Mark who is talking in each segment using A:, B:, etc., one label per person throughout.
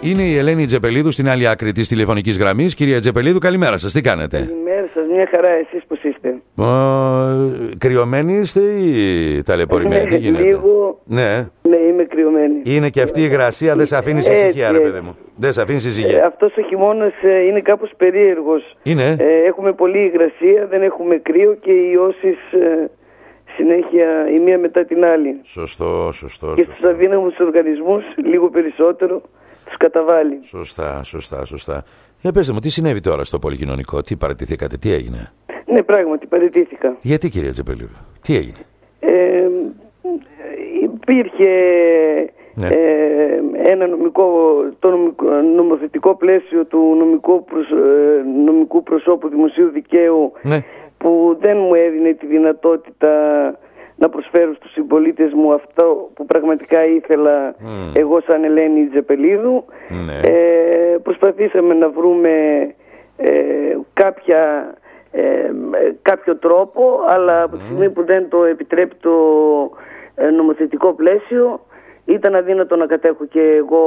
A: Είναι η Ελένη Τζεπελίδου στην άλλη άκρη της τηλεφωνικής γραμμής. Κυρία Τζεπελίδου, καλημέρα σας. Τι κάνετε.
B: Καλημέρα σας, μια χαρά εσείς που είστε.
A: Ε, κρυωμένοι είστε ή ταλαιπωρημένοι, τι
B: Είμαι
A: γίνεται.
B: λίγο-
A: Ναι.
B: Ναι, είμαι κρυωμένη.
A: Είναι και αυτή η υγρασία, δεν σε αφήνει σε
B: Έτσι,
A: ησυχία, ρε
B: έτσι.
A: παιδί μου. Δεν σε αφήνει σε
B: Ε,
A: ησυχία.
B: αυτός ο χειμώνας ε, είναι κάπως περίεργος.
A: Είναι.
B: Ε, έχουμε πολλή υγρασία, δεν έχουμε κρύο και οι όσεις ε, συνέχεια η μία μετά την άλλη.
A: Σωστό, σωστό,
B: Και στους
A: σωστό.
B: αδύναμους οργανισμούς λίγο περισσότερο τους καταβάλει.
A: Σωστά, σωστά, σωστά. Για πετε μου, τι συνέβη τώρα στο πολυκοινωνικό, τι παρατηθήκατε, τι έγινε.
B: Ναι, πράγματι, παραιτήθηκα.
A: Γιατί, κυρία Τζεπελίδου, τι έγινε.
B: Ε, υπήρχε
A: Ναι.
B: ε, ένα νομικό, το νομικό- νομοθετικό πλαίσιο του νομικού, προσ- ε, νομικού προσώπου δημοσίου δικαίου
A: Ναι.
B: που δεν μου έδινε τη δυνατότητα να προσφέρω στους συμπολίτες μου αυτό που πραγματικά ήθελα εγώ σαν Ελένη Τζεπελίδου.
A: Ναι.
B: Ε, προσπαθήσαμε να βρούμε ε, κάποια, ε, κάποιο τρόπο, αλλά από τη στιγμή που δεν το επιτρέπει το ε, νομοθετικό πλαίσιο, ήταν αδύνατο να κατέχω και εγώ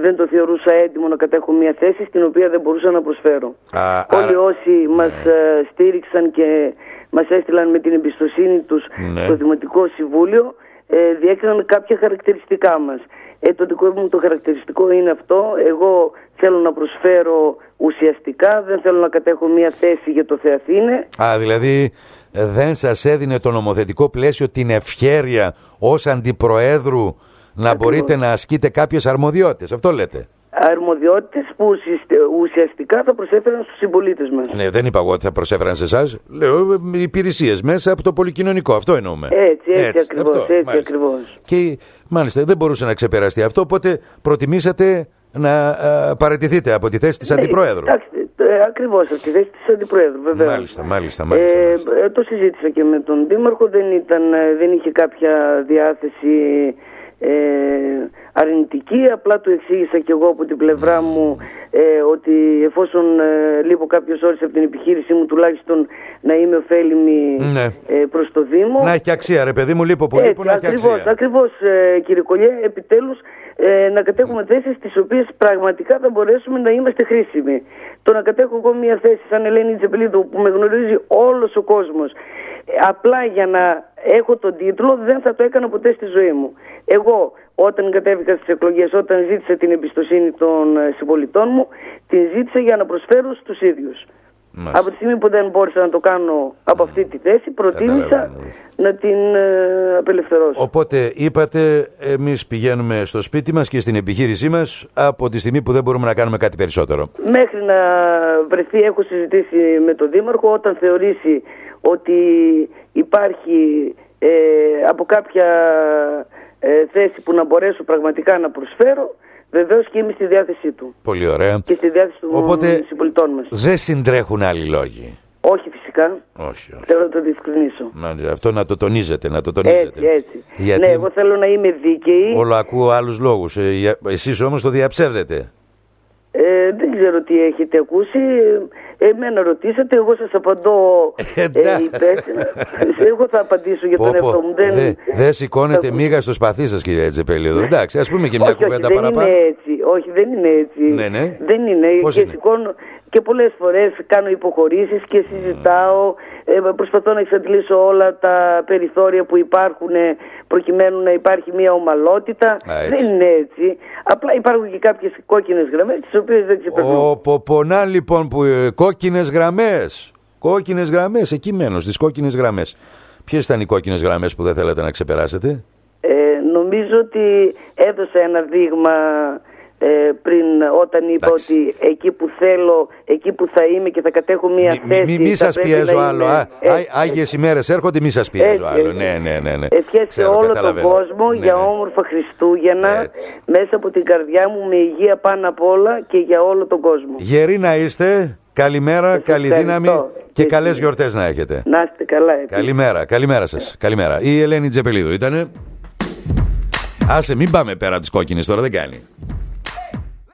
B: δεν το θεωρούσα έτοιμο να κατέχω μια θέση στην οποία δεν μπορούσα να προσφέρω.
A: Α,
B: Όλοι
A: άρα- Ναι.
B: όσοι μας ε, στήριξαν και μας έστειλαν με την εμπιστοσύνη τους
A: Ναι.
B: στο Δημοτικό Συμβούλιο ε, διέκριναν κάποια χαρακτηριστικά μας. Ε, το δικό μου το χαρακτηριστικό είναι αυτό. Εγώ θέλω να προσφέρω ουσιαστικά, δεν θέλω να κατέχω μία θέση για το Θεαθήνε.
A: Α, δηλαδή ε, δεν σας έδινε το νομοθετικό πλαίσιο την ευχέρεια ως αντιπροέδρου να μπορείτε να ασκείτε κάποιες αρμοδιότητες. Αυτό λέτε.
B: Αρμοδιότητες που ουσιαστε- ουσιαστικά θα προσέφεραν στους συμπολίτες μας.
A: Ναι, δεν είπα εγώ ότι θα προσέφεραν σε εσάς. Λέω ε, υπηρεσίες μέσα από το πολυκοινωνικό. Αυτό εννοούμε.
B: Έτσι, έτσι ακριβώς, έτσι
A: μάλιστα.
B: ακριβώς.
A: Και μάλιστα δεν μπορούσε να ξεπεραστεί αυτό, οπότε προτιμήσατε να α, παραιτηθείτε από τη θέση της
B: Ναι,
A: αντιπροέδρου.
B: Εντάξει, ε, ακριβώς, από τη θέση της Αντιπροέδρου, βεβαίως.
A: Μάλιστα, μάλιστα, μάλιστα,
B: Ε,
A: μάλιστα.
B: ε, το συζήτησα και με τον Δήμαρχο, δεν, ήταν, ε, δεν είχε κάποια διάθεση ε, αρνητική, απλά του εξήγησα και εγώ από την πλευρά μου ε, ότι εφόσον ε, λείπω κάποιες ώρες από την επιχείρησή μου τουλάχιστον να είμαι ωφέλιμη
A: Ναι.
B: ε, προς το Δήμο.
A: Να έχει αξία, ρε παιδί μου, λείπω πολύ
B: Έτσι,
A: που να έχει
B: ακριβώς,
A: αξία.
B: ακριβώς ε, κύριε Κολλιέ, επιτέλους ε, να
A: Ναι.
B: κατέχουμε θέσεις τις οποίες πραγματικά θα μπορέσουμε να είμαστε χρήσιμοι. Το να κατέχω εγώ μια θέση σαν Ελένη Τζεπελίδου που με γνωρίζει όλος ο κόσμος ε, απλά για να έχω τον τίτλο δεν θα το έκανα ποτέ στη ζωή μου. Εγώ όταν κατέβηκα στις εκλογές, όταν ζήτησα την εμπιστοσύνη των ε, συμπολιτών μου, την ζήτησα για να προσφέρω στους ίδιους.
A: Μάλιστα.
B: Από τη στιγμή που δεν μπόρεσα να το κάνω από αυτή τη θέση, προτίμησα
A: Καταλαβαίνω.
B: να την ε, απελευθερώσω.
A: Οπότε είπατε, εμείς πηγαίνουμε στο σπίτι μας και στην επιχείρησή μας από τη στιγμή που δεν μπορούμε να κάνουμε κάτι περισσότερο.
B: Μέχρι να βρεθεί, έχω συζητήσει με τον Δήμαρχο, όταν θεωρήσει ότι υπάρχει ε, από κάποια ε, θέση που να μπορέσω πραγματικά να προσφέρω, βεβαίως και είμαι στη διάθεσή του
A: Πολύ ωραία.
B: και στη διάθεση των
A: Οπότε
B: συμπολιτών μας.
A: δεν συντρέχουν άλλοι λόγοι.
B: Όχι φυσικά,
A: Όχι, όχι.
B: θέλω να το διευκρινίσω.
A: Μάλιστα, Αυτό να το τονίζετε, να το τονίζετε.
B: Έτσι, έτσι.
A: Γιατί
B: Ναι, εγώ θέλω να είμαι δίκαιη.
A: όλο ακούω άλλους λόγους. Ε, για- Εσείς όμως το διαψεύδετε.
B: Ε, δεν ξέρω τι έχετε ακούσει. Ε, Εμένα ρωτήσατε, εγώ σας απαντώ ε,
A: Εντάξει.
B: υπεύθυνα. εγώ θα απαντήσω για
A: Πω,
B: τον
A: πω,
B: εαυτό μου. Δεν,
A: δεν- δεν σηκώνετε
B: θα-
A: μίγα στο σπαθί σας, κυρία Τζεπελίδου. Εντάξει, ας πούμε και μια
B: Ναι. όχι, όχι,
A: κουβέντα
B: δεν
A: παραπάνω.
B: είναι έτσι. Όχι, δεν είναι έτσι.
A: Ναι, ναι.
B: Δεν είναι.
A: Πώς
B: και
A: είναι?
B: σηκώνω και πολλές φορές κάνω υποχωρήσεις και συζητάω. ε, προσπαθώ να εξαντλήσω όλα τα περιθώρια που υπάρχουν ε, προκειμένου να υπάρχει μια ομαλότητα.
A: έτσι.
B: δεν είναι έτσι. Απλά υπάρχουν και κάποιες κόκκινες γραμμές τις οποίες δεν ξεπερνώ.
A: Ο Ποπονά λοιπόν που ε, κόκκινες γραμμές. Κόκκινες γραμμές, εκεί μένω, στις κόκκινες γραμμές. Ποιες ήταν οι κόκκινες γραμμές που δεν θέλατε να ξεπεράσετε.
B: Ε, νομίζω ότι έδωσα ένα δείγμα ε, πριν όταν είπα
A: Εντάξει.
B: ότι εκεί που θέλω, εκεί που θα είμαι και θα κατέχω μία
A: Μη, μη, μη,
B: θέση.
A: μη
B: θα
A: σας
B: πρέπει
A: πιέζω
B: να
A: άλλο.
B: είμαι.
A: Α,
B: Έτσι,
A: Ά, άγιες ημέρες έρχονται, μη σας πιέζω
B: έτσι,
A: άλλο.
B: έτσι.
A: Ναι, ναι, ναι. ναι.
B: Ευχές σε
A: Ξέρω,
B: όλο τον
A: καταλαβαίνω.
B: κόσμο
A: Ναι,
B: για
A: ναι.
B: όμορφα Χριστούγεννα
A: Έτσι.
B: μέσα από την καρδιά μου με υγεία πάνω απ' όλα και για όλο τον κόσμο.
A: Γεροί να είστε, καλημέρα,
B: Σας
A: καλή
B: ευχαριστώ.
A: δύναμη και
B: Εσύ.
A: καλές γιορτές να έχετε.
B: Να είστε καλά. επίσης.
A: Καλημέρα, καλημέρα σας. Καλημέρα. Η Ελένη Τζεπελίδου ήτανε. Άσε, μην πάμε πέρα τις κόκκινες τώρα, δεν κάνει.